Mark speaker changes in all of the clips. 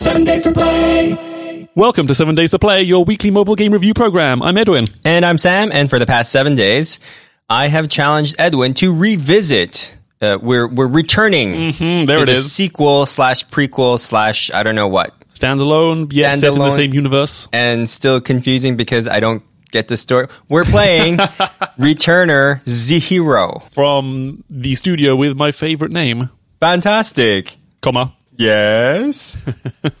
Speaker 1: Seven days to play.
Speaker 2: Welcome to Seven Days to Play, your weekly mobile game review program. I'm Edwin.
Speaker 3: And I'm Sam, and for the past seven days, I have challenged Edwin to revisit. Uh, we're we're returning.
Speaker 2: Mm, there
Speaker 3: to
Speaker 2: it
Speaker 3: the
Speaker 2: is.
Speaker 3: Sequel slash prequel slash I don't know what,
Speaker 2: Standalone, yet set in the
Speaker 3: Standalone.
Speaker 2: same universe.
Speaker 3: and still confusing because I don't get the story. We're playing Returner Zero.
Speaker 2: From the studio with my favorite name,
Speaker 3: Fantastic.
Speaker 2: comma.
Speaker 3: Yes.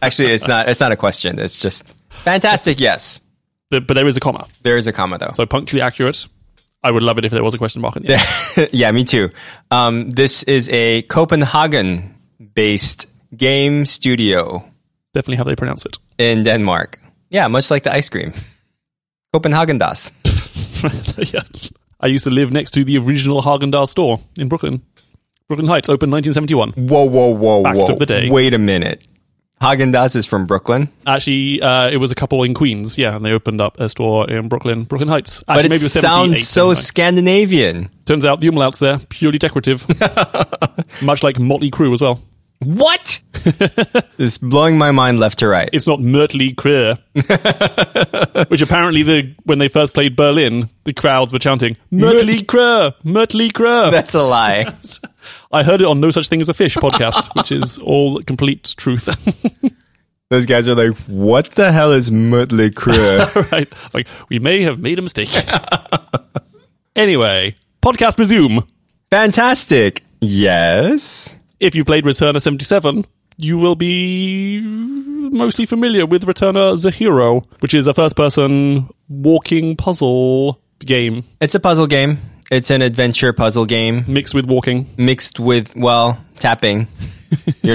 Speaker 3: Actually, it's not. It's not a question. It's just fantastic. Yes.
Speaker 2: But but there is a comma.
Speaker 3: There is a comma though.
Speaker 2: So punctually accurate. I would love it if there was a question mark in there.
Speaker 3: yeah, me too. Um, this is a Copenhagen based game studio
Speaker 2: Definitely how they pronounce it.
Speaker 3: in Denmark. Yeah, much like the ice cream. Copenhagen Das.
Speaker 2: yeah. I used to live next to the original Haagen-Dazs store in Brooklyn. Brooklyn Heights, opened 1971.
Speaker 3: Whoa, whoa, whoa,
Speaker 2: Fact
Speaker 3: whoa.
Speaker 2: of the day.
Speaker 3: Wait a minute. Hagen Das is from Brooklyn.
Speaker 2: Actually, uh, it was a couple in Queens, yeah, and they opened up a store in Brooklyn, Brooklyn Heights. Actually,
Speaker 3: But it
Speaker 2: maybe was 78,
Speaker 3: sounds so
Speaker 2: 79.
Speaker 3: Scandinavian.
Speaker 2: Turns out the umlauts there, purely decorative. Much like Motley Crue as well.
Speaker 3: What? it's blowing my mind left to right.
Speaker 2: It's not Mertley Crue. Which apparently the when they first played Berlin, the crowds were chanting, Mertley Crue! Mertley Crue!
Speaker 3: That's a lie.
Speaker 2: I heard it on No Such Thing as a Fish podcast, which is all complete truth.
Speaker 3: Those guys are like, what the hell is Mötley Crüe?
Speaker 2: right? It's like, we may have made a mistake. anyway, podcast resume.
Speaker 3: Fantastic. Yes.
Speaker 2: if you played Returner 77, you will be mostly familiar with Returner the Hero, which is a first person walking puzzle game
Speaker 3: It's a puzzle game. It's an adventure puzzle game
Speaker 2: mixed with walking.
Speaker 3: mixed with, well, tapping. You're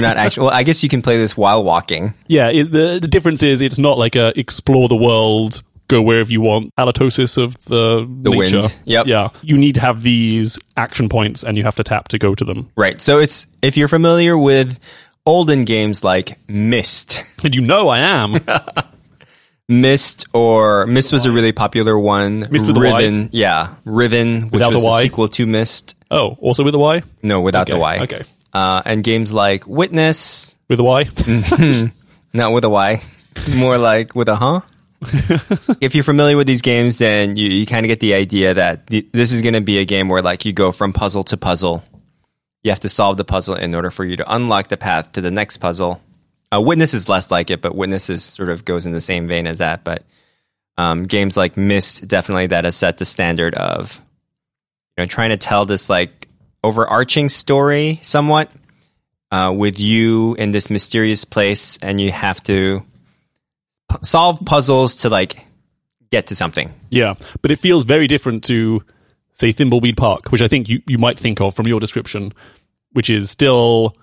Speaker 3: not actually, well, I guess you can play this while walking.
Speaker 2: Yeah, it, the, the difference is it's not like a explore the world, go wherever you want, halitosis of the, nature.
Speaker 3: wind. Yep.
Speaker 2: Yeah. You need to have these action points and you have to tap to go to them.
Speaker 3: Right. So it's, if you're familiar with olden games like Myst,
Speaker 2: And you know I am.
Speaker 3: Myst or Myst was a really popular one.
Speaker 2: Myst with a Y?
Speaker 3: Riven. Yeah. Riven, which
Speaker 2: Without
Speaker 3: was
Speaker 2: a
Speaker 3: the
Speaker 2: Y?
Speaker 3: sequel to Myst.
Speaker 2: oh, also with a Y?
Speaker 3: No, without the Y.
Speaker 2: Okay.
Speaker 3: Uh, and games like Witness,
Speaker 2: With a Y?
Speaker 3: not with a Y, more like with a huh. if you're familiar with these games, then you, you kind of get the idea that th- this is going to be a game where like you go from puzzle to puzzle. You have to solve the puzzle in order for you to unlock the path to the next puzzle. Uh, Witness is less like it, but Witness is sort of goes in the same vein as that. But um, games like Myst definitely that have set the standard of you know trying to tell this like overarching story somewhat uh, with you in this mysterious place, and you have to pu- solve puzzles to like get to something.
Speaker 2: Yeah, but it feels very different to, say, Thimbleweed Park, which I think you, you might think of from your description, which is still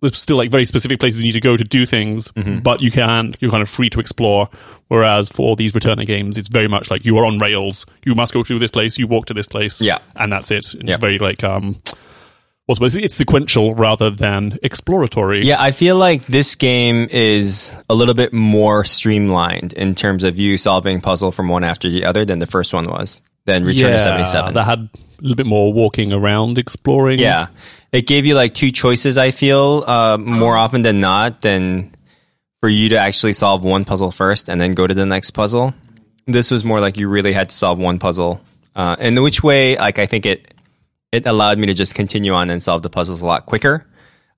Speaker 2: there's still like very specific places you need to go to do things,
Speaker 3: Mm-hmm.
Speaker 2: but you can you're kind of free to explore. Whereas for all these returner games, it's very much like you are on rails. You must go through this place. You walk to this place.
Speaker 3: Yeah.
Speaker 2: and that's it. It's
Speaker 3: Yeah.
Speaker 2: very like um, what's the word? it's sequential rather than exploratory.
Speaker 3: Yeah, I feel like this game is a little bit more streamlined in terms of you solving puzzle from one after the other than the first one was. Than Return
Speaker 2: yeah,
Speaker 3: to seventy seven.
Speaker 2: that had a little bit more walking around, exploring.
Speaker 3: Yeah, it gave you like two choices. I feel uh, more often than not than for you to actually solve one puzzle first and then go to the next puzzle. This was more like you really had to solve one puzzle, uh, and which way like I think it it allowed me to just continue on and solve the puzzles a lot quicker.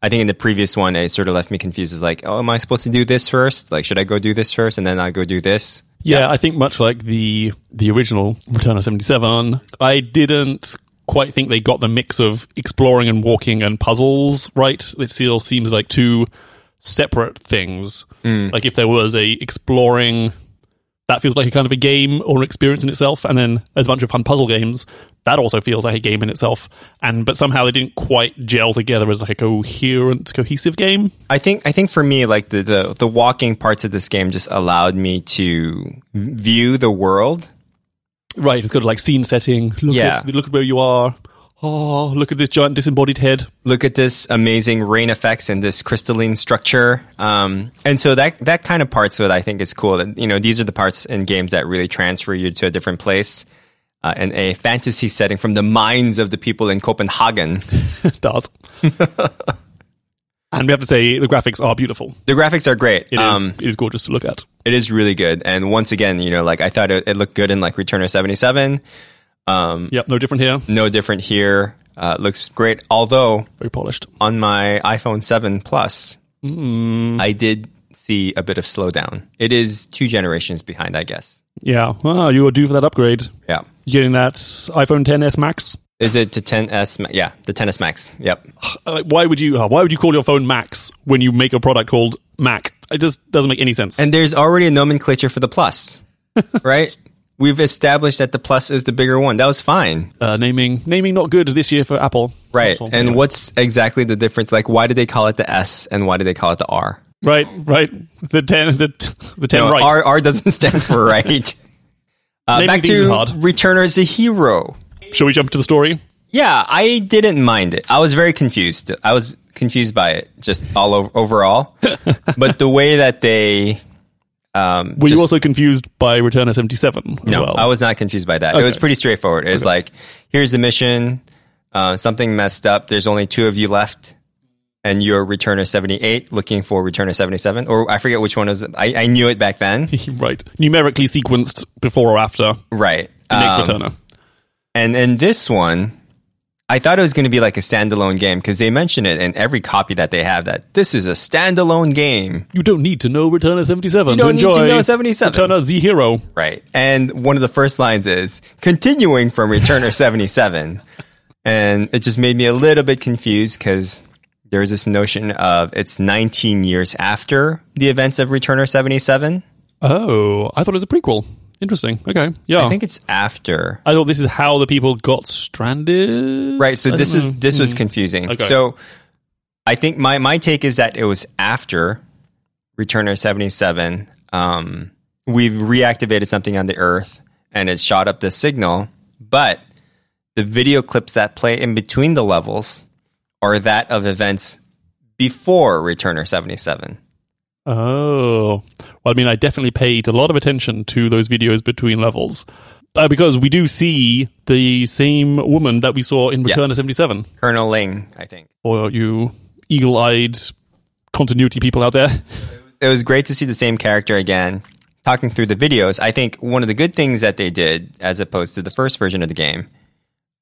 Speaker 3: I think in the previous one, it sort of left me confused. It's like, oh, am I supposed to do this first? Like, should I go do this first and then I go do this?
Speaker 2: Yeah, I think much like the the original Return of seventy seven, I didn't quite think they got the mix of exploring and walking and puzzles right. It still seems like two separate things. Like if there was a exploring that feels like a kind of a game or experience in itself, and then there's a bunch of fun puzzle games that also feels like a game in itself. And but somehow they didn't quite gel together as like a coherent, cohesive game.
Speaker 3: I think I think for me, like the, the the walking parts of this game just allowed me to view the world
Speaker 2: Right, it's got like scene setting. Look
Speaker 3: Yeah.
Speaker 2: at look at where you are. Oh, look at this giant disembodied head.
Speaker 3: look at this amazing rain effects and this crystalline structure. Um, and so that that kind of parts of it I think is cool. That you know these are the parts in games that really transfer you to a different place uh, in a fantasy setting from the minds of the people in Copenhagen.
Speaker 2: Does And we have to say the graphics are beautiful.
Speaker 3: The graphics are great. Um,
Speaker 2: It is it is gorgeous to look at.
Speaker 3: it is really good. And once again, you know, like I thought it, it looked good in like Return of 77. mm.
Speaker 2: Yep, no different here.
Speaker 3: No different here. Uh, looks great. Although
Speaker 2: Very polished.
Speaker 3: on my iPhone 7 Plus, I did see a bit of slowdown. It is two generations behind, I guess.
Speaker 2: Yeah. Ah, you are due for that upgrade.
Speaker 3: Yeah.
Speaker 2: You getting that iPhone 10s Max?
Speaker 3: Is it the 10S? Ma- Yeah, the 10S Max. Yep.
Speaker 2: Uh, Like, why would you? uh, Why would you call your phone Max when you make a product called Mac? It just doesn't make any sense.
Speaker 3: And there's already a nomenclature for the Plus, right? We've established that the Plus is the bigger one. That was fine.
Speaker 2: uh, naming naming not good this year for Apple.
Speaker 3: Right.
Speaker 2: That's all. Anyway.
Speaker 3: And what's exactly the difference? Like, why did they call it the S and why did they call it the R?
Speaker 2: Right, right. The ten, the t- the ten.
Speaker 3: No,
Speaker 2: right.
Speaker 3: R, R doesn't stand for right. Uh,
Speaker 2: Naming
Speaker 3: back
Speaker 2: things is
Speaker 3: to
Speaker 2: hard.
Speaker 3: Returner as a Hero.
Speaker 2: Shall we jump to the story?
Speaker 3: Yeah, I didn't mind it. I was very confused. I was confused by it just all over, overall. but the way that they. Um,
Speaker 2: Were
Speaker 3: just-
Speaker 2: you also confused by Returner seventy seven as
Speaker 3: No,
Speaker 2: well?
Speaker 3: I was not confused by that. It was pretty straightforward. It was like, here's the mission. Uh, something messed up. There's only two of you left, and you're returner 78 looking for returner 77, or I forget which one was. I, I knew it back then.
Speaker 2: right, numerically sequenced before or after
Speaker 3: right.
Speaker 2: the next
Speaker 3: Um,
Speaker 2: Returner.
Speaker 3: And in this one, I thought it was going to be like a standalone game because they mention it in every copy that they have that this is a standalone game.
Speaker 2: You don't need to know Returner seventy seven.
Speaker 3: You don't need
Speaker 2: enjoy
Speaker 3: to know 77.
Speaker 2: Returner Z Hero.
Speaker 3: Right. And one of the first lines is continuing from Returner 77. And it just made me a little bit confused because there's this notion of it's 19 years after the events of Returner 77.
Speaker 2: Oh, I thought it was a prequel. Interesting. Okay, yeah.
Speaker 3: I think it's after.
Speaker 2: I thought this is how the people got stranded.
Speaker 3: Right. So
Speaker 2: I
Speaker 3: this
Speaker 2: don't
Speaker 3: was
Speaker 2: know.
Speaker 3: this was confusing.
Speaker 2: Mm-hmm. Okay.
Speaker 3: So I think my my take is that it was after Returner 77. Um, we've reactivated something on the Earth and it shot up the signal, but the video clips that play in between the levels are that of events before Returner 77.
Speaker 2: Oh, well, I mean, I definitely paid a lot of attention to those videos between levels uh, because we do see the same woman that we saw in Return of '77.
Speaker 3: Colonel Ling, I think.
Speaker 2: Or you eagle-eyed continuity people out there,
Speaker 3: it was great to see the same character again talking through the videos i think one of the good things that they did as opposed to the first version of the game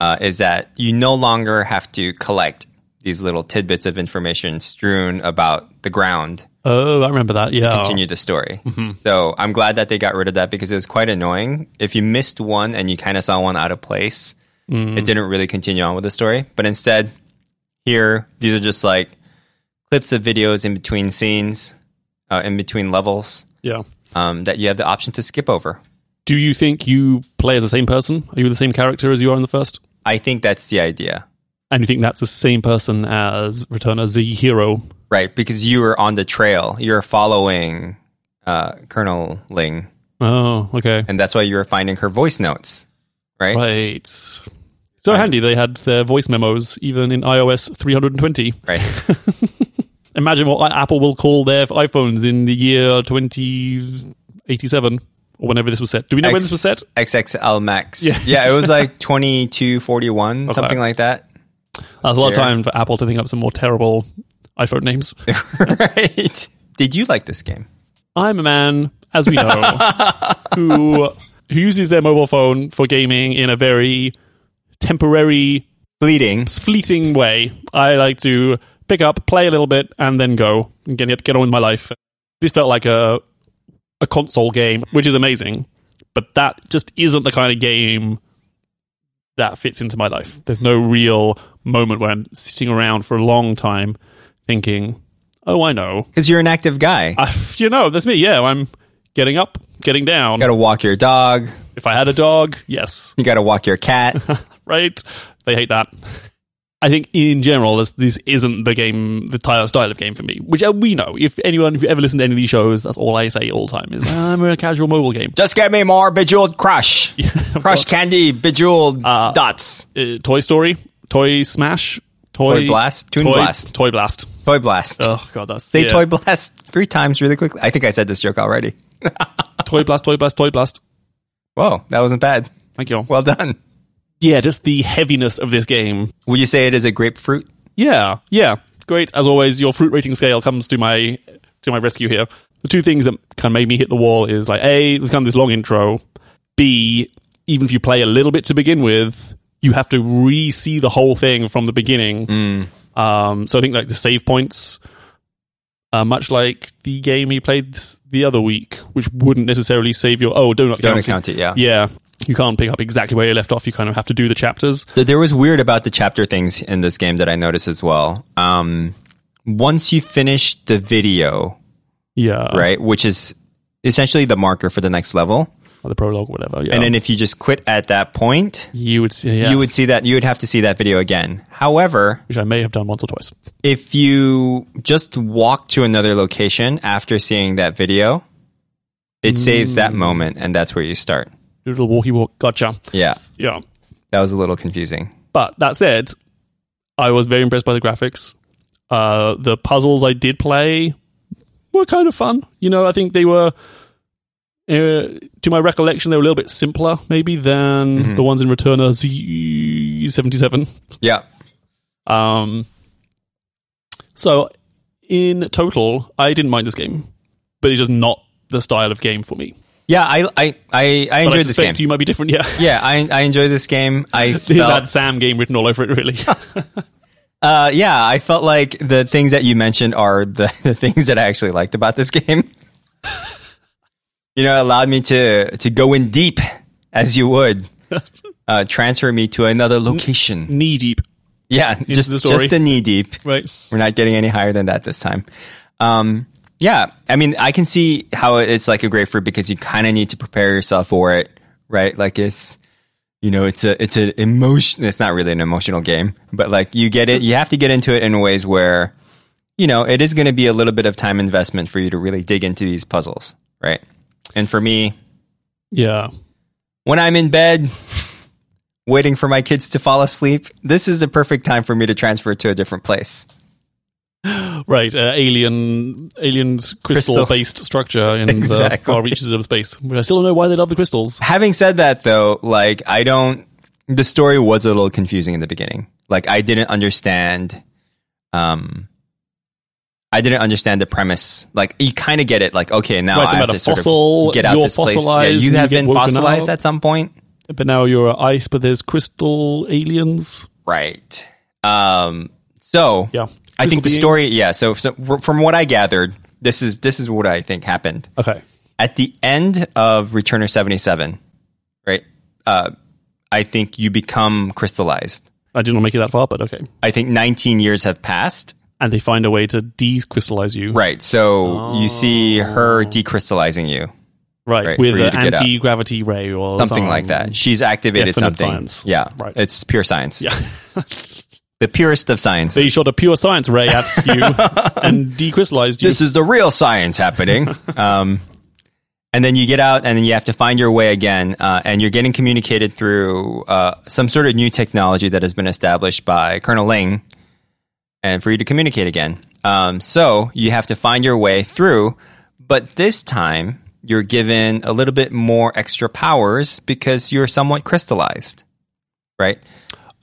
Speaker 3: uh, is that you no longer have to collect these little tidbits of information strewn about the ground
Speaker 2: oh, I remember that. Yeah,
Speaker 3: continue the story so i'm glad that they got rid of that because it was quite annoying if you missed one and you kind of saw one out of place it didn't really continue on with the story but instead here these are just like clips of videos in between scenes uh, in between levels
Speaker 2: yeah.
Speaker 3: um, that you have the option to skip over.
Speaker 2: Do you think you play as the same person? Are you the same character as you are in the first?
Speaker 3: I think that's the idea,
Speaker 2: And you think that's the same person as Returner Z Hero?
Speaker 3: right? Because you were on the trail, you're following uh, Colonel Ling,
Speaker 2: Oh, okay.
Speaker 3: and that's why you were finding her voice notes, right? Right.
Speaker 2: Right. So handy they had their voice memos even in iOS 320. Imagine what Apple will call their iPhones in the year 2087 or whenever this was set. Do we know when this was set?
Speaker 3: XXL Max. Yeah, yeah it was like 2241, something like that.
Speaker 2: That's a lot of
Speaker 3: Yeah.
Speaker 2: time for Apple to think up some more terrible iPhone names.
Speaker 3: right. Did you like this game?
Speaker 2: I'm a man, as we know, who who uses their mobile phone for gaming in a very temporary,
Speaker 3: Bleeding.
Speaker 2: fleeting way. I like to pick up, play a little bit, and then go and get get on with my life. This felt like a a console game, which is amazing, but that just isn't the kind of game that fits into my life. There's no real moment where I'm sitting around for a long time thinking, "Oh, I know,
Speaker 3: Because you're an active guy.
Speaker 2: I, you know, that's me. Yeah, I'm getting up, getting down.
Speaker 3: you got to walk your dog.
Speaker 2: If I had a dog, yes,
Speaker 3: You got to walk your cat.
Speaker 2: right. They hate that. I think in general, this, this isn't the game, the type style of game for me, which uh, we know. If anyone, if you ever listen to any of these shows, that's all I say all the time is "Ah, I'm a casual mobile game.
Speaker 3: Just get me more Bejeweled Crush. crush Candy, Bejeweled Dots.
Speaker 2: Uh, Toy Story, Toy Smash, Toy,
Speaker 3: Toy Blast, Toon
Speaker 2: Toy
Speaker 3: Blast.
Speaker 2: Toy Blast.
Speaker 3: Toy Blast.
Speaker 2: Oh god, that's
Speaker 3: Say
Speaker 2: yeah.
Speaker 3: Toy Blast three times really quickly. I think I said this joke already.
Speaker 2: Toy Blast, Toy Blast, Toy Blast.
Speaker 3: Whoa, that wasn't bad.
Speaker 2: Thank you.
Speaker 3: Well done.
Speaker 2: yeah, just the heaviness of this game
Speaker 3: Would you say it is a grapefruit?
Speaker 2: Yeah, yeah. great as always. Your fruit rating scale comes to my to my rescue here. The two things that kind of made me hit the wall is like a there's kind of this long intro. B even if you play a little bit to begin with, you have to re-see the whole thing from the beginning.
Speaker 3: Mm.
Speaker 2: Um, so I think like the save points uh, much like the game he played the other week, which wouldn't necessarily save your oh do not
Speaker 3: Don't
Speaker 2: count it.
Speaker 3: account it, yeah.
Speaker 2: Yeah, you can't pick up exactly where you left off. You kind of have to do the chapters.
Speaker 3: Th- There was weird about the chapter things in this game that I noticed as well. Um, once you finish the video,
Speaker 2: Yeah,
Speaker 3: right, which is essentially the marker for the next level,
Speaker 2: or the prologue, whatever. Yeah,
Speaker 3: and then if you just quit at that point,
Speaker 2: you would see.
Speaker 3: you would see that you would have to see that video again. However,
Speaker 2: which I may have done once or twice.
Speaker 3: if you just walk to another location after seeing that video, it saves
Speaker 2: Mm.
Speaker 3: that moment, and that's where you start.
Speaker 2: Doodle walkie walk. Gotcha.
Speaker 3: Yeah,
Speaker 2: Yeah,
Speaker 3: that was a little confusing.
Speaker 2: but that said, I was very impressed by the graphics. Uh, the puzzles I did play were kind of fun. You know, I think they were, uh, to my recollection, they were a little bit simpler maybe than
Speaker 3: Mm-hmm.
Speaker 2: the ones in Return of Z seventy seven.
Speaker 3: Yeah,
Speaker 2: Um, so, in total, I didn't mind this game, but it's just not the style of game for me.
Speaker 3: yeah, I I I, I
Speaker 2: But I
Speaker 3: enjoyed this game.
Speaker 2: suspect you might be different. Yeah,
Speaker 3: yeah, I I enjoyed this game. I
Speaker 2: this
Speaker 3: felt,
Speaker 2: had Sam game written all over it. Really,
Speaker 3: uh, yeah, I felt like the things that you mentioned are the, the things that I actually liked about this game. you know, it allowed me to to go in deep as you would. Uh, transfer me to another location.
Speaker 2: knee deep.
Speaker 3: Yeah, just
Speaker 2: the story.
Speaker 3: just the knee deep.
Speaker 2: Right.
Speaker 3: We're not getting any higher than that this time. Um, yeah, I mean, I can see how it's like a grapefruit because you kind of need to prepare yourself for it, right? Like it's, you know, it's a it's an emotion. It's not really an emotional game, but like you get it, you have to get into it in ways where, you know, it is going to be a little bit of time investment for you to really dig into these puzzles, right? And for me,
Speaker 2: Yeah.
Speaker 3: when I'm in bed. Waiting for my kids to fall asleep. This is the perfect time for me to transfer to a different place.
Speaker 2: Right, uh, alien, aliens, crystal-based structure in the
Speaker 3: Exactly.
Speaker 2: far reaches of space. But I still don't know why they love the crystals.
Speaker 3: having said that though like i don't the story was a little confusing in the beginning like i didn't understand um i didn't understand the premise like you kind of get it like okay now
Speaker 2: Right, it's
Speaker 3: i have
Speaker 2: about a
Speaker 3: to sort
Speaker 2: fossil,
Speaker 3: of get out
Speaker 2: you're
Speaker 3: this place yeah,
Speaker 2: fossilized,
Speaker 3: you
Speaker 2: and you
Speaker 3: have
Speaker 2: get
Speaker 3: been
Speaker 2: woken
Speaker 3: fossilized
Speaker 2: up.
Speaker 3: at some point
Speaker 2: But now you're ice, but there's crystal aliens.
Speaker 3: right um so
Speaker 2: Yeah,
Speaker 3: i think the
Speaker 2: Crystal
Speaker 3: story
Speaker 2: beings.
Speaker 3: yeah so, so from what i gathered this is this is what i think happened
Speaker 2: Okay,
Speaker 3: at the end of Returner 77, right? Uh, I think you become crystallized.
Speaker 2: I did not make it that far, but okay.
Speaker 3: I think 19 years have passed.
Speaker 2: And they find a way to decrystallize you,
Speaker 3: Right. So you see
Speaker 2: Oh.
Speaker 3: her decrystallizing you,
Speaker 2: right,
Speaker 3: right,
Speaker 2: with
Speaker 3: for you
Speaker 2: an
Speaker 3: to get out.
Speaker 2: anti-gravity ray or
Speaker 3: something like that. She's activated
Speaker 2: Definite
Speaker 3: something.
Speaker 2: science.
Speaker 3: Yeah.
Speaker 2: Right.
Speaker 3: It's pure science.
Speaker 2: Yeah.
Speaker 3: The purest of science.
Speaker 2: They shot a pure science ray at you and decrystallized you.
Speaker 3: this is the real science happening. um, and then you get out, and then you have to find your way again, uh, and you're getting communicated through uh, some sort of new technology that has been established by Colonel Ling, and for you to communicate again. Um, so you have to find your way through, but this time you're given a little bit more extra powers because you're somewhat crystallized, right?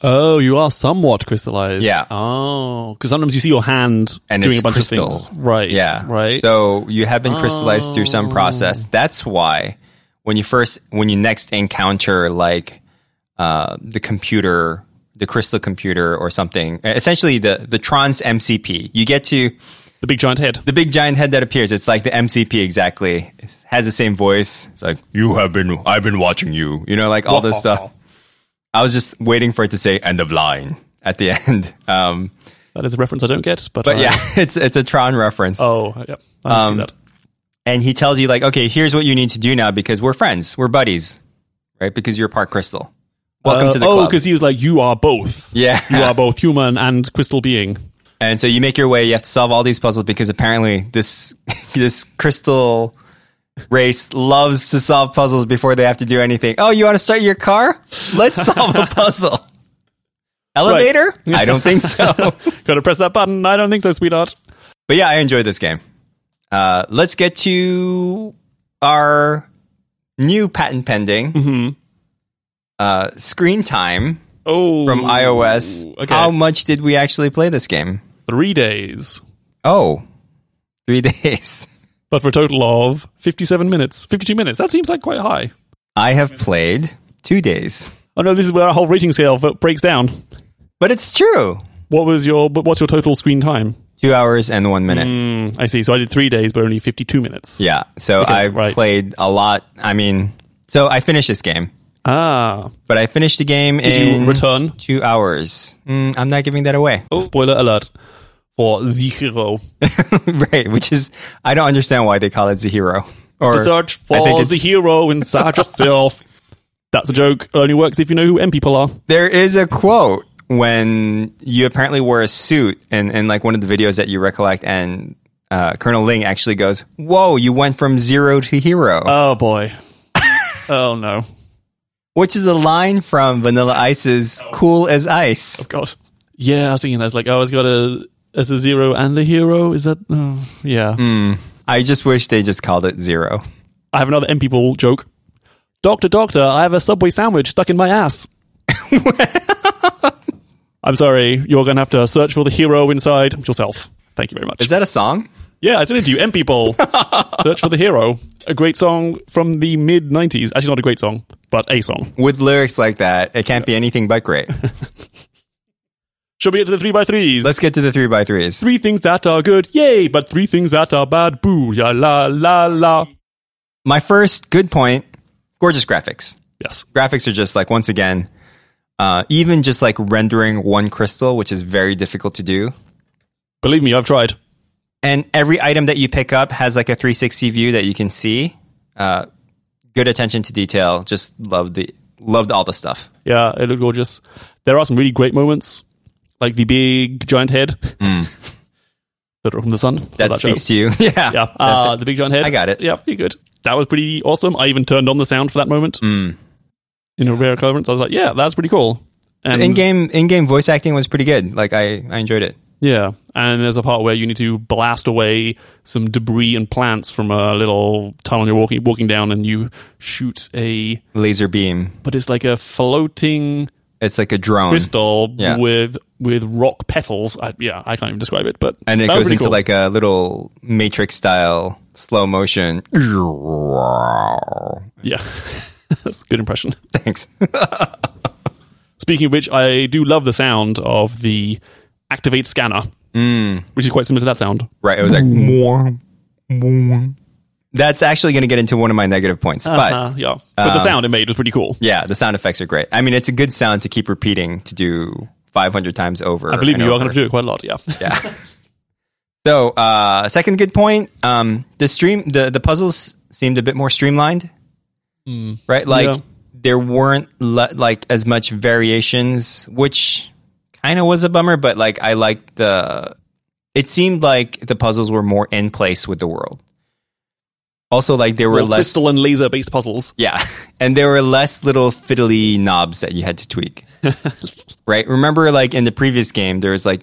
Speaker 2: oh, you are somewhat crystallized.
Speaker 3: Yeah.
Speaker 2: Oh, because sometimes you see your hand
Speaker 3: And
Speaker 2: doing
Speaker 3: it's
Speaker 2: a bunch
Speaker 3: crystal.
Speaker 2: of things. Right.
Speaker 3: Yeah.
Speaker 2: Right.
Speaker 3: So you have been crystallized through some process. That's why when you first, when you next encounter like uh, the computer, the crystal computer or something, essentially the, the trans MCP, you get to
Speaker 2: the big giant head.
Speaker 3: the big giant head that appears. It's like the MCP exactly. It has the same voice. It's like, you have been, I've been watching you, you know, like all this stuff. I was just waiting for it to say end of line at the end. Um,
Speaker 2: That is a reference I don't get, but,
Speaker 3: but
Speaker 2: I-
Speaker 3: yeah, Um, it's, it's a Tron reference.
Speaker 2: Oh, yeah. I didn't see that.
Speaker 3: and he tells you like okay here's what you need to do now because we're friends we're buddies right because you're part crystal welcome
Speaker 2: Uh,
Speaker 3: to the
Speaker 2: oh,
Speaker 3: club
Speaker 2: because he was like, "You are both.
Speaker 3: Yeah.
Speaker 2: you are both human and crystal being."
Speaker 3: and so you make your way you have to solve all these puzzles because apparently this this crystal race loves to solve puzzles before they have to do anything oh you want to start your car let's solve a puzzle elevator i don't think so
Speaker 2: Got to press that button. I don't think so, sweetheart.
Speaker 3: but yeah i enjoyed this game uh, let's get to our new patent pending
Speaker 2: Mm-hmm.
Speaker 3: uh, screen time
Speaker 2: Oh,
Speaker 3: from iOS.
Speaker 2: Okay,
Speaker 3: How much did we actually play this game?
Speaker 2: three days,
Speaker 3: Oh, three days.
Speaker 2: but for a total of 57 minutes, 52 minutes. That seems like quite high.
Speaker 3: I have played two days,
Speaker 2: Oh no, this is where our whole rating scale v- breaks down.
Speaker 3: but it's true.
Speaker 2: What was your but what's your total screen time?
Speaker 3: Two hours and one minute.
Speaker 2: Mm, I see. So I did three days, but only 52 minutes.
Speaker 3: Yeah. So I
Speaker 2: right.
Speaker 3: played a lot. I mean, so I finished this game,
Speaker 2: Ah,
Speaker 3: but I finished the game
Speaker 2: did
Speaker 3: in
Speaker 2: you return?
Speaker 3: two hours. Mm, I'm not giving that away.
Speaker 2: Spoiler alert for Zihiro.
Speaker 3: right. Which is, I don't understand why they call it Zero. Or
Speaker 2: The search
Speaker 3: I think
Speaker 2: for
Speaker 3: it's-
Speaker 2: the hero inside yourself. That's a joke. Only works if you know who M people are.
Speaker 3: There is a quote when you apparently wore a suit and, and like one of the videos that you recollect and uh, Colonel Ling actually goes, Whoa, you went from zero to hero.
Speaker 2: Oh boy. oh no.
Speaker 3: which is a line from Vanilla Ice's Cool as Ice.
Speaker 2: God. Yeah, I was thinking that's like, oh, it's got a as a zero and a hero. Is that? Oh, yeah.
Speaker 3: I just wish they just called it zero.
Speaker 2: I have another M people joke. Doctor, doctor, I have a subway sandwich stuck in my ass. I'm sorry. You're going to have to search for the hero inside yourself. Thank you very much.
Speaker 3: Is that a song?
Speaker 2: Yeah, I sent it to you. M people. search for the hero. A great song from the mid 90s. Actually, not a great song, but a song.
Speaker 3: With lyrics like that, it can't be anything but great.
Speaker 2: Shall we get to the 3 by 3s
Speaker 3: Let's get to the three by threes.
Speaker 2: three things that are good, yay, but three things that are bad, boo, ya la la la.
Speaker 3: My first good point gorgeous graphics.
Speaker 2: Yes.
Speaker 3: graphics are just like once again uh, even just like rendering one crystal which is very difficult to do
Speaker 2: Believe me, I've tried.
Speaker 3: and every item that you pick up has like a 360 view that you can see uh, good attention to detail just love the loved all the stuff
Speaker 2: Yeah, it looked gorgeous. There are some really great moments, like the big giant head
Speaker 3: Hmm.
Speaker 2: that are from the sun.
Speaker 3: that
Speaker 2: Love show.
Speaker 3: speaks to you yeah,
Speaker 2: Yeah, uh, the big giant head.
Speaker 3: I got it.
Speaker 2: Yeah, pretty good. That was pretty awesome. I even turned on the sound for that moment.
Speaker 3: Hmm.
Speaker 2: In a rare occurrence, I was like, yeah, that's pretty cool. And
Speaker 3: in-game in-game voice acting was pretty good like i, I enjoyed it
Speaker 2: Yeah, and there's a part where you need to blast away some debris and plants from a little tunnel you're walking walking down, and you shoot a,
Speaker 3: laser beam
Speaker 2: but it's like a floating
Speaker 3: it's like a drone
Speaker 2: crystal
Speaker 3: Yeah.
Speaker 2: with with rock petals. I, yeah, I can't even describe it, but
Speaker 3: and it
Speaker 2: that was
Speaker 3: goes
Speaker 2: pretty
Speaker 3: into
Speaker 2: cool.
Speaker 3: like a little matrix style slow motion
Speaker 2: yeah, that's a good impression.
Speaker 3: thanks
Speaker 2: Speaking of which, I do love the sound of the activate scanner,
Speaker 3: Hmm.
Speaker 2: which is quite similar to that sound.
Speaker 3: Right. It was like more, more. That's actually going to get into one of my negative points, but um,
Speaker 2: Uh, yeah, but the sound it made was pretty cool.
Speaker 3: yeah, the sound effects are great. I mean, it's a good sound to keep repeating to do 500 times over.
Speaker 2: I believe
Speaker 3: and
Speaker 2: me, you are
Speaker 3: over.
Speaker 2: going to do it quite a lot. Yeah,
Speaker 3: Yeah. so, uh, second good point. Um, the stream, the the puzzles seemed a bit more streamlined, right? Like
Speaker 2: Hmm. Yeah.
Speaker 3: there weren't le- like as much variations, which kind of was a bummer. But like I liked the. It seemed like the puzzles were more in place with the world. Also, like there were
Speaker 2: Well,
Speaker 3: less,
Speaker 2: crystal and laser based puzzles.
Speaker 3: yeah, and there were less little fiddly knobs that you had to tweak. right? Remember, like in the previous game, there was like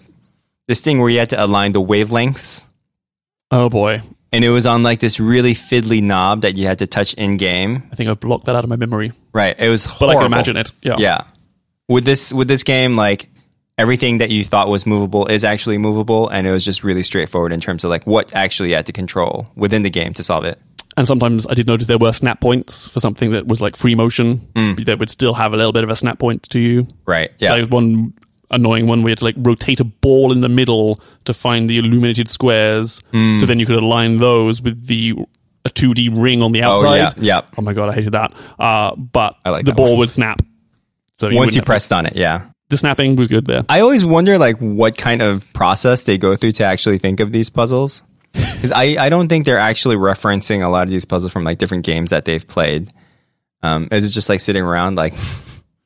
Speaker 3: this thing where you had to align the wavelengths,
Speaker 2: Oh boy,
Speaker 3: and it was on like this really fiddly knob that you had to touch in game.
Speaker 2: I think I've blocked that out of my memory,
Speaker 3: Right? It was
Speaker 2: but
Speaker 3: horrible.
Speaker 2: I can imagine it. Yeah.
Speaker 3: Yeah. With this with this game, like everything that you thought was movable is actually movable, and it was just really straightforward in terms of like what actually you had to control within the game to solve it.
Speaker 2: And sometimes I did notice there were snap points for something that was like free motion
Speaker 3: Hmm.
Speaker 2: that would still have a little bit of a snap point to you.
Speaker 3: Right? Yeah.
Speaker 2: Like one annoying one where you had to like rotate a ball in the middle to find the illuminated squares.
Speaker 3: Hmm.
Speaker 2: So then you could align those with the a 2D ring on the
Speaker 3: oh
Speaker 2: outside.
Speaker 3: yeah. Yeah.
Speaker 2: Oh my god, I hated that. Uh, but
Speaker 3: I like
Speaker 2: the
Speaker 3: that
Speaker 2: ball would snap. So
Speaker 3: Once you
Speaker 2: wouldn't have-
Speaker 3: pressed on it, yeah.
Speaker 2: the snapping was good there.
Speaker 3: I always wonder like what kind of process they go through to actually think of these puzzles. Because I, I don't think they're actually referencing a lot of these puzzles from like different games that they've played. Um, is it just like sitting around like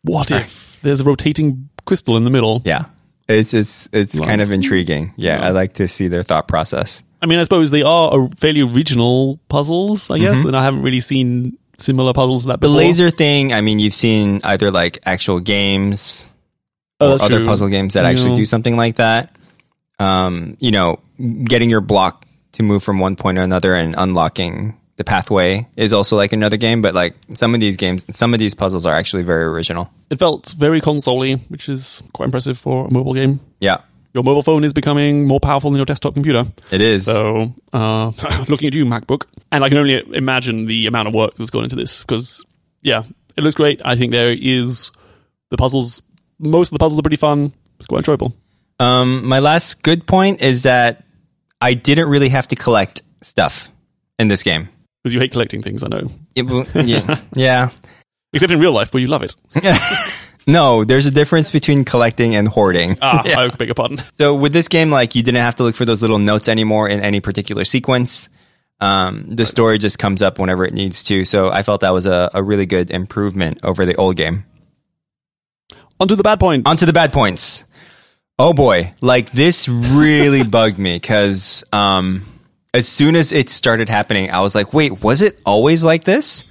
Speaker 2: What if there's a rotating crystal in the middle?
Speaker 3: yeah. It's it's it's kind of intriguing. Yeah, I like to see their thought process.
Speaker 2: I mean, I suppose they are a fairly original puzzles, I guess, and I haven't really seen similar puzzles to that
Speaker 3: Mm-hmm. The
Speaker 2: before.
Speaker 3: laser thing, I mean you've seen either like actual games
Speaker 2: Oh,
Speaker 3: or
Speaker 2: that's
Speaker 3: other
Speaker 2: true.
Speaker 3: puzzle games that actually
Speaker 2: Yeah.
Speaker 3: do something like that. Um, you know, getting your block to move from one point to another and unlocking the pathway is also like another game, but like some of these games, some of these puzzles are actually very original.
Speaker 2: It felt very console which is quite impressive for a mobile game.
Speaker 3: Yeah.
Speaker 2: your mobile phone is becoming more powerful than your desktop computer.
Speaker 3: It is.
Speaker 2: So, uh, looking at you, MacBook, and I can only imagine the amount of work that's gone into this because, yeah, it looks great. I think there is the puzzles. Most of the puzzles are pretty fun. It's quite enjoyable.
Speaker 3: Um, my last good point is that I didn't really have to collect stuff in this game.
Speaker 2: Because you hate collecting things, I know.
Speaker 3: It w- yeah, yeah.
Speaker 2: Except in real life, where you love it.
Speaker 3: No, there's a difference between collecting and hoarding.
Speaker 2: Ah, I beg your pardon.
Speaker 3: So with this game, like you didn't have to look for those little notes anymore in any particular sequence. Um, the story just comes up whenever it needs to. So I felt that was a, a really good improvement over the old game.
Speaker 2: Onto the bad points.
Speaker 3: Onto the bad points. Oh boy, like this really bugged me because um, as soon as it started happening, I was like, wait, was it always like this?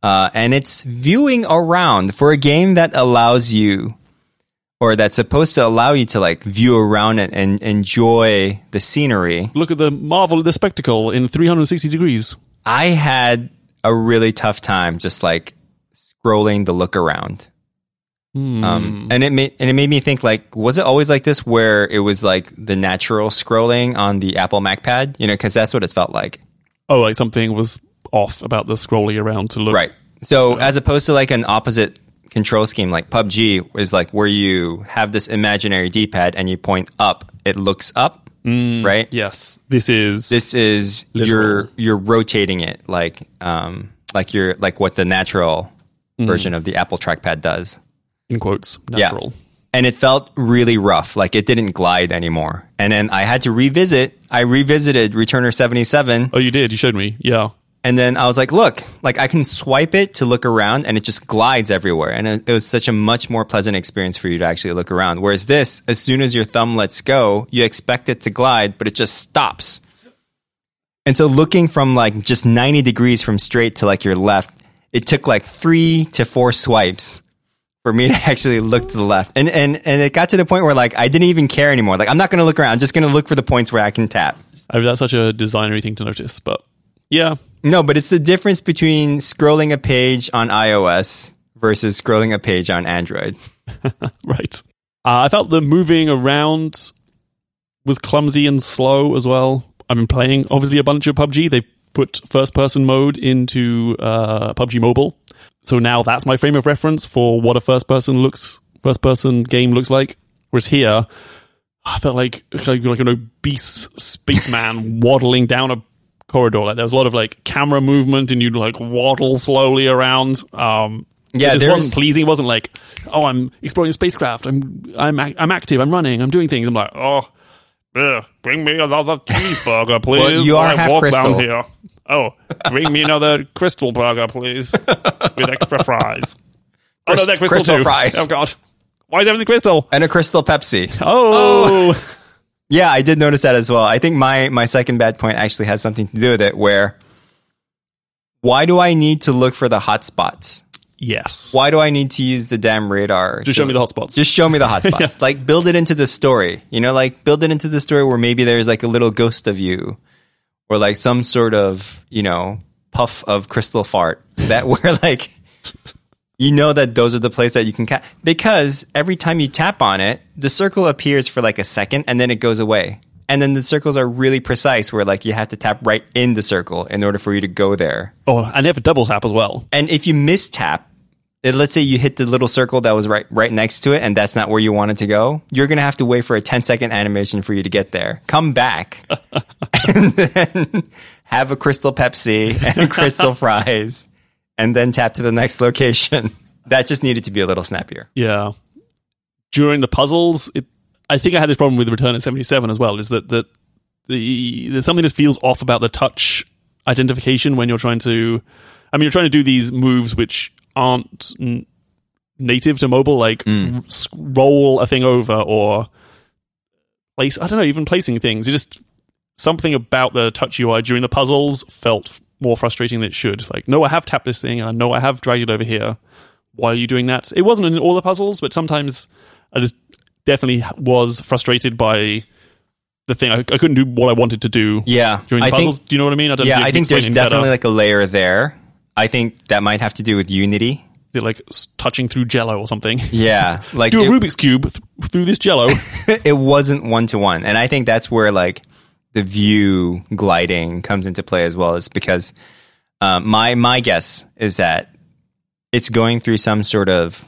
Speaker 3: Uh, and it's viewing around for a game that allows you or that's supposed to allow you to like view around and, and enjoy the scenery.
Speaker 2: Look at the marvel of the spectacle in 360 degrees.
Speaker 3: I had a really tough time just like scrolling to look around. Um, and it made and it made me think like, was it always like this where it was like the natural scrolling on the Apple Mac Pad? You know, because that's what it felt like,
Speaker 2: Oh, like something was off about the scrolling around to look.
Speaker 3: right? So as opposed to like an opposite control scheme, like PUBG is like where you have this imaginary D pad and you point up, it looks up, right?
Speaker 2: Yes. This is.
Speaker 3: This is you're
Speaker 2: Literal.
Speaker 3: you're rotating it like um like you're like what the natural
Speaker 2: Mm.
Speaker 3: version of the Apple trackpad does.
Speaker 2: in quotes, natural.
Speaker 3: And it felt really rough. Like it didn't glide anymore. And then I had to revisit. I revisited Returner 77.
Speaker 2: Oh, you did. You showed me. Yeah.
Speaker 3: And then I was like, look, like I can swipe it to look around and it just glides everywhere. And it, it was such a much more pleasant experience for you to actually look around. Whereas this, as soon as your thumb lets go, you expect it to glide, but it just stops. And so looking from like just 90 degrees from straight to like your left, it took like three to four swipes for me to actually look to the left. And, and, and it got to the point where like I didn't even care anymore. Like I'm not going to look around. I'm just going to look for the points where I can tap.
Speaker 2: I mean, that's such a designery thing to notice, but yeah.
Speaker 3: No, but it's the difference between scrolling a page on iOS versus scrolling a page on Android.
Speaker 2: Right. Uh, I felt the moving around was clumsy and slow as well. I've been playing obviously a bunch of PUBG. They've put first person mode into uh, PUBG Mobile. So now that's my frame of reference for what a first person looks first person game looks like. Whereas here I felt like like, like an obese spaceman waddling down a corridor. Like there was a lot of like camera movement and you'd like waddle slowly around. Um
Speaker 3: Yeah,
Speaker 2: it just
Speaker 3: there's-
Speaker 2: wasn't pleasing. It wasn't like, oh, I'm exploring a spacecraft. I'm I'm ac- I'm active. I'm running. I'm doing things. I'm like, oh, ugh, bring me another cheeseburger, please.
Speaker 3: you are
Speaker 2: while I
Speaker 3: half
Speaker 2: walk
Speaker 3: crystal.
Speaker 2: down here. Oh, bring me another crystal burger, please, with extra fries. Oh no,
Speaker 3: Crystal-
Speaker 2: they're crystal,
Speaker 3: crystal
Speaker 2: too.
Speaker 3: fries.
Speaker 2: Oh god, why is everything crystal?
Speaker 3: And a crystal Pepsi.
Speaker 2: Oh,
Speaker 3: Yeah, I did notice that as well. I think my my second bad point actually has something to do with it where why do I need to look for the hotspots?
Speaker 2: yes.
Speaker 3: Why do I need to use the damn radar?
Speaker 2: Just show me the hotspots.
Speaker 3: Just show me the hotspots. Like build it into the story. You know, like build it into the story where maybe there's like a little ghost of you or like some sort of, you know, puff of crystal fart that where like you know that those are the places that you can ca- because every time you tap on it, the circle appears for like a second and then it goes away. And then the circles are really precise where like you have to tap right in the circle in order for you to go there.
Speaker 2: Oh, and they have a double tap as well.
Speaker 3: And if you mistap, it, let's say you hit the little circle that was right right next to it, and that's not where you wanted to go, you're gonna have to wait for a 10 second animation for you to get there. Come back, and then have a crystal Pepsi and crystal fries, and then tap to the next location. That just needed to be a little snappier.
Speaker 2: Yeah. During the puzzles, it, I think I had this problem with Return at seventy seven as well. Is that that the there's something that feels off about the touch identification when you're trying to, I mean, you're trying to do these moves which aren't n- native to mobile, like roll a thing over or place. I don't know, even placing things. It just something about the touch UI during the puzzles felt more frustrating than it should. Like, no, I have tapped this thing, and I know I have dragged it over here. Why are you doing that? It wasn't in all the puzzles, but sometimes I just definitely was frustrated by the thing. I, I couldn't do what I wanted to do
Speaker 3: Yeah,
Speaker 2: during the
Speaker 3: I
Speaker 2: puzzles.
Speaker 3: think
Speaker 2: do you know what I mean? I don't know
Speaker 3: yeah,
Speaker 2: if you
Speaker 3: I
Speaker 2: can
Speaker 3: think
Speaker 2: explain
Speaker 3: there's
Speaker 2: it better.
Speaker 3: definitely like a layer there. I think that might have to do with Unity
Speaker 2: they're like s- touching through Jello or something.
Speaker 3: Yeah, like
Speaker 2: Do a
Speaker 3: it,
Speaker 2: Rubik's cube th- through this Jello.
Speaker 3: it wasn't one to one, and I think that's where like the view gliding comes into play as well, is because um, my my guess is that it's going through some sort of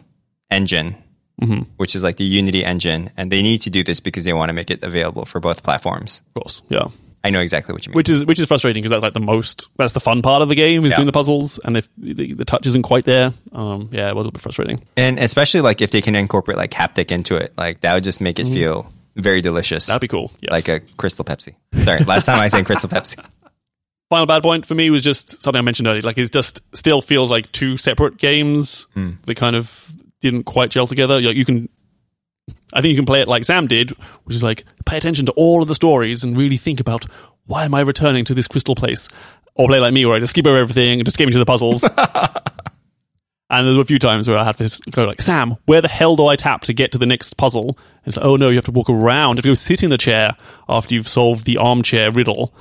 Speaker 3: engine,
Speaker 2: Mm-hmm.
Speaker 3: which is like the Unity engine, and they need to do this because they want to make it available for both platforms.
Speaker 2: of course, yeah.
Speaker 3: I know exactly what you mean.
Speaker 2: Which is which is frustrating because that's like the most that's the fun part of the game is
Speaker 3: Yeah.
Speaker 2: doing the puzzles, and if the, the touch isn't quite there, um, yeah, it was a bit frustrating.
Speaker 3: And especially like if they can incorporate like haptic into it, like that would just make it feel very delicious.
Speaker 2: Mm-hmm. That'd be cool. Yes.
Speaker 3: like a crystal Pepsi. Sorry, last time I sang crystal Pepsi.
Speaker 2: final bad point for me was just something I mentioned earlier. Like it just still feels like two separate games. They kind of didn't quite gel together. Like you can, I think you can play it like Sam did, which is like pay attention to all of the stories and really think about why am I returning to this crystal place, or play like me where I just skip over everything and just get into the puzzles. And there were a few times where I had this go like, Sam, where the hell do I tap to get to the next puzzle? And it's like, oh no, you have to walk around. You have to go sit in the chair after you've solved the armchair riddle.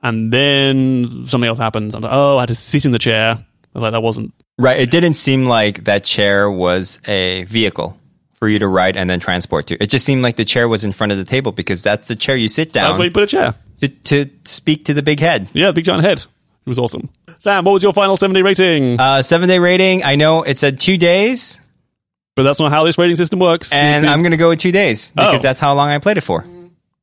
Speaker 2: And then something else happens. I'm like, oh, I had to sit in the chair. I was like, that wasn't.
Speaker 3: Right. It didn't seem like that chair was a vehicle for you to ride and then transport to. It just seemed like the chair was in front of the table because that's the chair you sit
Speaker 2: That's
Speaker 3: down
Speaker 2: where you put a chair.
Speaker 3: to, to speak to the big head.
Speaker 2: Yeah, the big giant head. It was awesome. Sam, what was your final 70 rating?
Speaker 3: Uh, seven day rating. I know it said two days,
Speaker 2: but that's not how this rating system works.
Speaker 3: and
Speaker 2: It is-
Speaker 3: I'm going to go with two days because
Speaker 2: Oh.
Speaker 3: that's how long I played it for.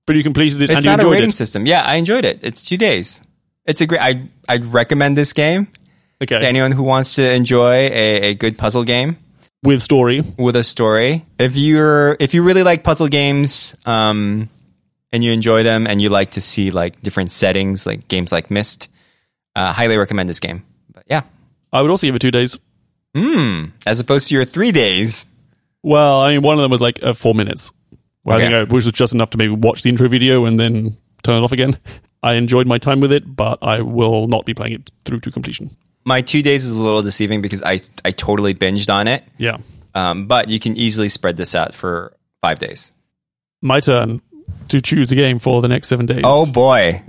Speaker 2: but you completed it
Speaker 3: It's
Speaker 2: and you
Speaker 3: not a
Speaker 2: enjoyed
Speaker 3: rating
Speaker 2: it.
Speaker 3: system. Yeah, I enjoyed it. It's two days. It's a great. I I'd recommend this game
Speaker 2: Okay.
Speaker 3: to anyone who wants to enjoy a, a good puzzle game.
Speaker 2: With story.
Speaker 3: with a story. If you're if you really like puzzle games, um, and you enjoy them, and you like to see like different settings, like games like Myst, uh, highly recommend this game. But yeah,
Speaker 2: I would also give it two days.
Speaker 3: as opposed to your three days,
Speaker 2: Well, I mean, one of them was like uh, four minutes, where I
Speaker 3: Okay.
Speaker 2: think I, which was just enough to maybe watch the intro video and then turn it off again. I enjoyed my time with it, but I will not be playing it through to completion.
Speaker 3: my two days is a little deceiving because I I totally binged on it.
Speaker 2: Yeah,
Speaker 3: Um, but you can easily spread this out for five days.
Speaker 2: my turn to choose a game for the next seven days.
Speaker 3: Oh boy,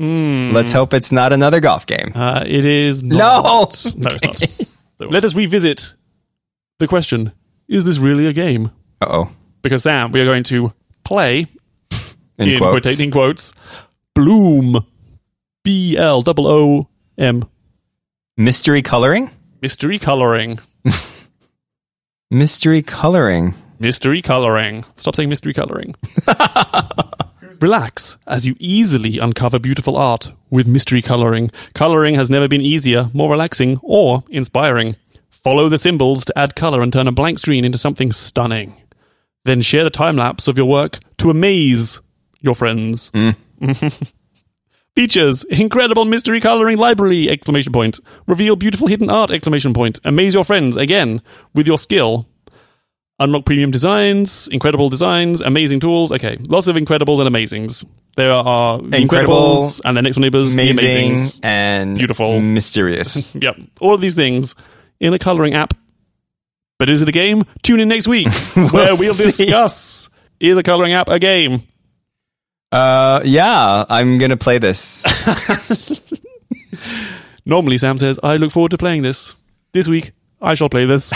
Speaker 3: let's hope it's not another golf game.
Speaker 2: uh, it is
Speaker 3: No!
Speaker 2: not. no, it's not. Let us revisit the question: Is this really a game?
Speaker 3: Uh oh.
Speaker 2: Because Sam, we are going to play
Speaker 3: In,
Speaker 2: in
Speaker 3: quotes.
Speaker 2: quotation quotes Bloom, B L O O M,
Speaker 3: Mystery coloring.
Speaker 2: mystery coloring.
Speaker 3: Mystery coloring.
Speaker 2: Mystery coloring. Stop saying mystery coloring. Relax as you easily uncover beautiful art with mystery coloring. Coloring has never been easier, more relaxing, or inspiring. Follow the symbols to add color and turn a blank screen into something stunning. Then share the time lapse of your work to amaze your friends. Features: incredible mystery coloring library! Exclamation point. Reveal beautiful hidden art! Exclamation point. Amaze your friends again with your skill unlock premium designs, incredible designs, amazing tools. Okay, lots of incredibles and amazings. There are
Speaker 3: Incredible,
Speaker 2: incredibles and their next door neighbors, the
Speaker 3: amazing
Speaker 2: amazings.
Speaker 3: and
Speaker 2: Beautiful.
Speaker 3: mysterious.
Speaker 2: Yep, all of these things in a coloring app. But is it a game? Tune in next week where we'll
Speaker 3: see.
Speaker 2: discuss is a coloring app a game.
Speaker 3: uh, yeah, I'm gonna play this.
Speaker 2: Normally, Sam says, "I look forward to playing this." This week, I shall play this.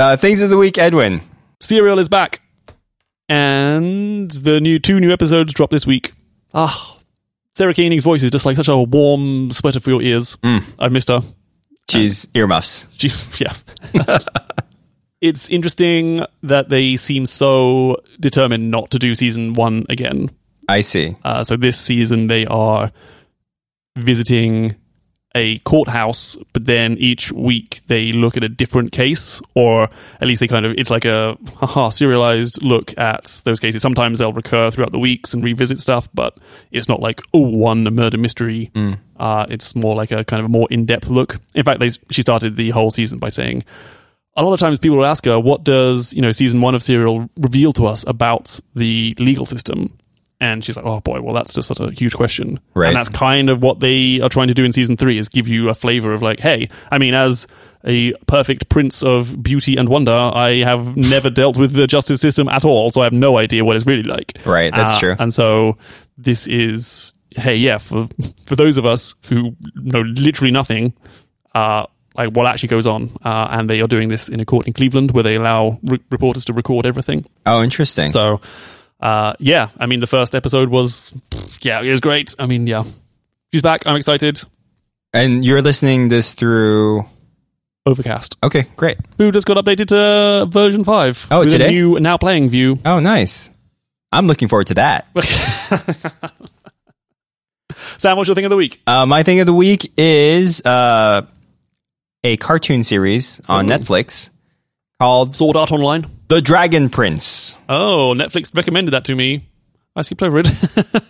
Speaker 3: Uh, Things of the week, Edwin.
Speaker 2: Serial is back, and the new two new episodes drop this week. Ah, Sarah Koenig's voice is just like such a warm sweater for your ears. I missed her.
Speaker 3: She's earmuffs.
Speaker 2: She, yeah. it's interesting that they seem so determined not to do season one again.
Speaker 3: I see.
Speaker 2: Uh, so this season they are visiting a courthouse, but then each week they look at a different case, or at least they kind of it's like a haha serialized look at those cases. Sometimes they'll recur throughout the weeks and revisit stuff, but it's not like oh one murder mystery. Uh, it's more like a kind of a more in depth look. In fact, they she started the whole season by saying a lot of times people will ask her, what does, you know, season one of Serial reveal to us about the legal system? And she's like, oh boy, well, that's just such a huge question.
Speaker 3: Right.
Speaker 2: And that's kind of what they are trying to do in season three is give you a flavor of like, hey, I mean, as a perfect prince of beauty and wonder, I have never dealt with the justice system at all, so I have no idea what it's really like.
Speaker 3: Right, that's true.
Speaker 2: Uh, And so this is, hey, yeah, for for those of us who know literally nothing, uh, like what actually goes on. Uh, and they are doing this in a court in Cleveland where they allow re- reporters to record everything.
Speaker 3: Oh, interesting.
Speaker 2: So, uh, yeah, I mean, the first episode was, pff, yeah, it was great. I mean, yeah, she's back. I'm excited.
Speaker 3: and you're listening this through.
Speaker 2: Overcast,
Speaker 3: Okay, great.
Speaker 2: who just got updated to version five.
Speaker 3: Oh,
Speaker 2: with
Speaker 3: today?
Speaker 2: a new now playing view.
Speaker 3: Oh, nice. I'm looking forward to that.
Speaker 2: Sam, what's your thing of the week?
Speaker 3: Uh, my thing of the week is uh, a cartoon series on Netflix called
Speaker 2: Sword Art Online.
Speaker 3: The Dragon Prince.
Speaker 2: Oh, Netflix recommended that to me. I skipped over it.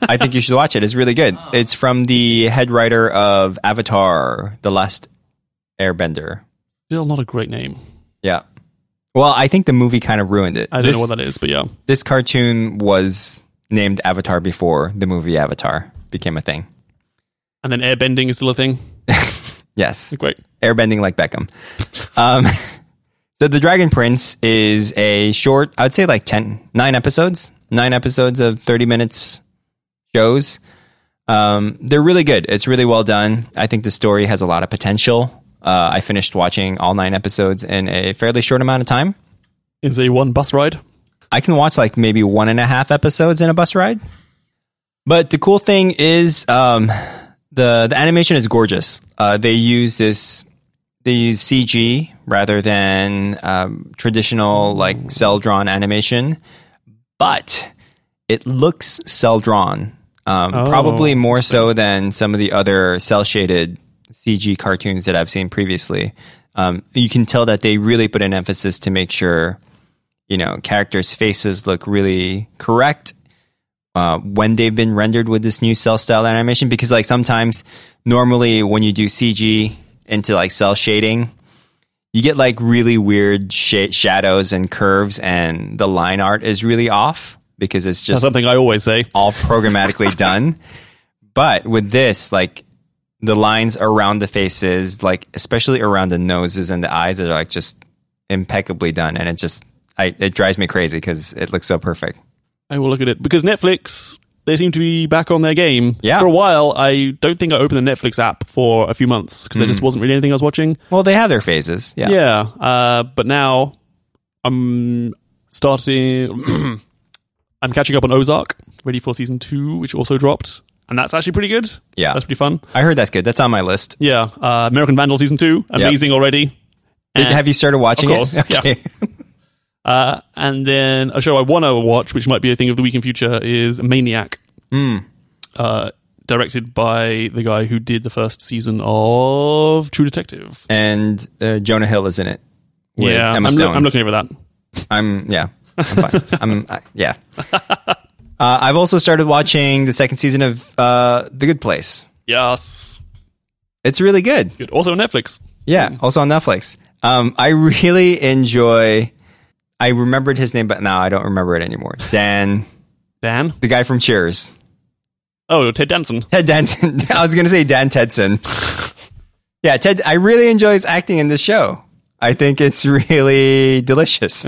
Speaker 3: I think you should watch it. It's really good. It's from the head writer of Avatar, The Last Airbender.
Speaker 2: Still not a great name.
Speaker 3: Yeah. Well, I think the movie kind of ruined it.
Speaker 2: I don't
Speaker 3: this,
Speaker 2: know what that is, but yeah.
Speaker 3: this cartoon was named Avatar before the movie Avatar became a thing.
Speaker 2: And then airbending is still a thing.
Speaker 3: Yes.
Speaker 2: Great.
Speaker 3: airbending like Beckham. Um, so the Dragon Prince is a short, I would say like 10, nine episodes, nine episodes of 30 minutes shows. Um, they're really good. It's really well done. I think the story has a lot of potential. Uh, I finished watching all nine episodes in a fairly short amount of time.
Speaker 2: Is a one bus ride.
Speaker 3: I can watch like maybe one and a half episodes in a bus ride. But the cool thing is um, the the animation is gorgeous. Uh, they use this they use CG rather than um, traditional like cell drawn animation, but it looks cell drawn. Um,
Speaker 2: Oh,
Speaker 3: probably more so than some of the other cell shaded CG cartoons that I've seen previously. Um, you can tell that they really put an emphasis to make sure you know characters' faces look really correct uh, when they've been rendered with this new cell style animation because like sometimes normally when you do CG into like cell shading you get like really weird sh- shadows and curves and the line art is really off because it's
Speaker 2: That's
Speaker 3: just
Speaker 2: something I always say.
Speaker 3: all programmatically done but with this like the lines around the faces like especially around the noses and the eyes are like just impeccably done and it just I, it drives me crazy because it looks so perfect
Speaker 2: I will look at it because Netflix they seem to be back on their game.
Speaker 3: Yeah.
Speaker 2: For a while, I don't think I opened the Netflix app for a few months because there just wasn't really anything I was watching.
Speaker 3: well they have their phases Hmm. yeah
Speaker 2: Yeah. Uh, but now I'm starting. I'm catching up on Ozark, ready for season two, which also dropped, and that's actually pretty good.
Speaker 3: Yeah.
Speaker 2: that's pretty fun.
Speaker 3: I heard that's good. That's on my list.
Speaker 2: Yeah, uh, American Vandal season two, amazing already.
Speaker 3: Did,
Speaker 2: And-
Speaker 3: have you started watching
Speaker 2: Of course,
Speaker 3: it?
Speaker 2: yeah. Uh, and then a show I want to watch, which might be a thing of the week in future, is Maniac.
Speaker 3: Hmm.
Speaker 2: Uh, directed by the guy who did the first season of True Detective.
Speaker 3: And uh, Jonah Hill is in it. With
Speaker 2: yeah,
Speaker 3: Emma
Speaker 2: I'm,
Speaker 3: Stone.
Speaker 2: I'm looking over that.
Speaker 3: I'm yeah. I'm fine. I'm I, yeah. Uh, I've also started watching the second season of uh, The Good Place.
Speaker 2: Yes.
Speaker 3: It's really good.
Speaker 2: Good. Also on Netflix.
Speaker 3: Yeah.
Speaker 2: Hmm.
Speaker 3: Also on Netflix. Um, I really enjoy. I remembered his name, but now I don't remember it anymore. Dan,
Speaker 2: Dan.
Speaker 3: the guy from Cheers,
Speaker 2: Oh, Ted Danson.
Speaker 3: Ted Danson. I was going to say Dan Tedson. yeah, Ted. I really enjoy his acting in this show. I think it's really delicious.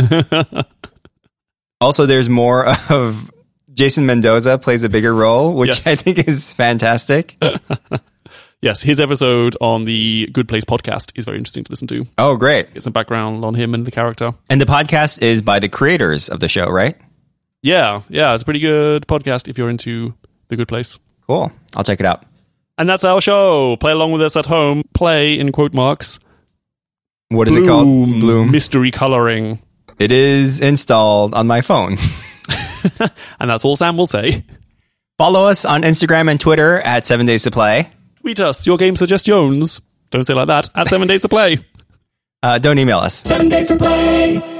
Speaker 3: also, there's more of Jason Mendoza plays a bigger role, which
Speaker 2: Yes.
Speaker 3: I think is fantastic.
Speaker 2: Yes, his episode on the Good Place podcast is very interesting to listen to.
Speaker 3: oh, great!
Speaker 2: Get some background on him and the character.
Speaker 3: And the podcast is by the creators of the show, right?
Speaker 2: Yeah, yeah, it's a pretty good podcast if you're into the Good Place.
Speaker 3: Cool. I'll check it out.
Speaker 2: And that's our show. Play along with us at home. Play in quote marks.
Speaker 3: What is it called? Bloom.
Speaker 2: Mystery coloring.
Speaker 3: It is installed on my phone.
Speaker 2: And that's all Sam will say.
Speaker 3: Follow us on Instagram and Twitter at Seven Days to Play.
Speaker 2: Tweet us your game suggestions. Don't say like that. At seven days to play.
Speaker 3: Uh, don't email us.
Speaker 1: Seven days to play.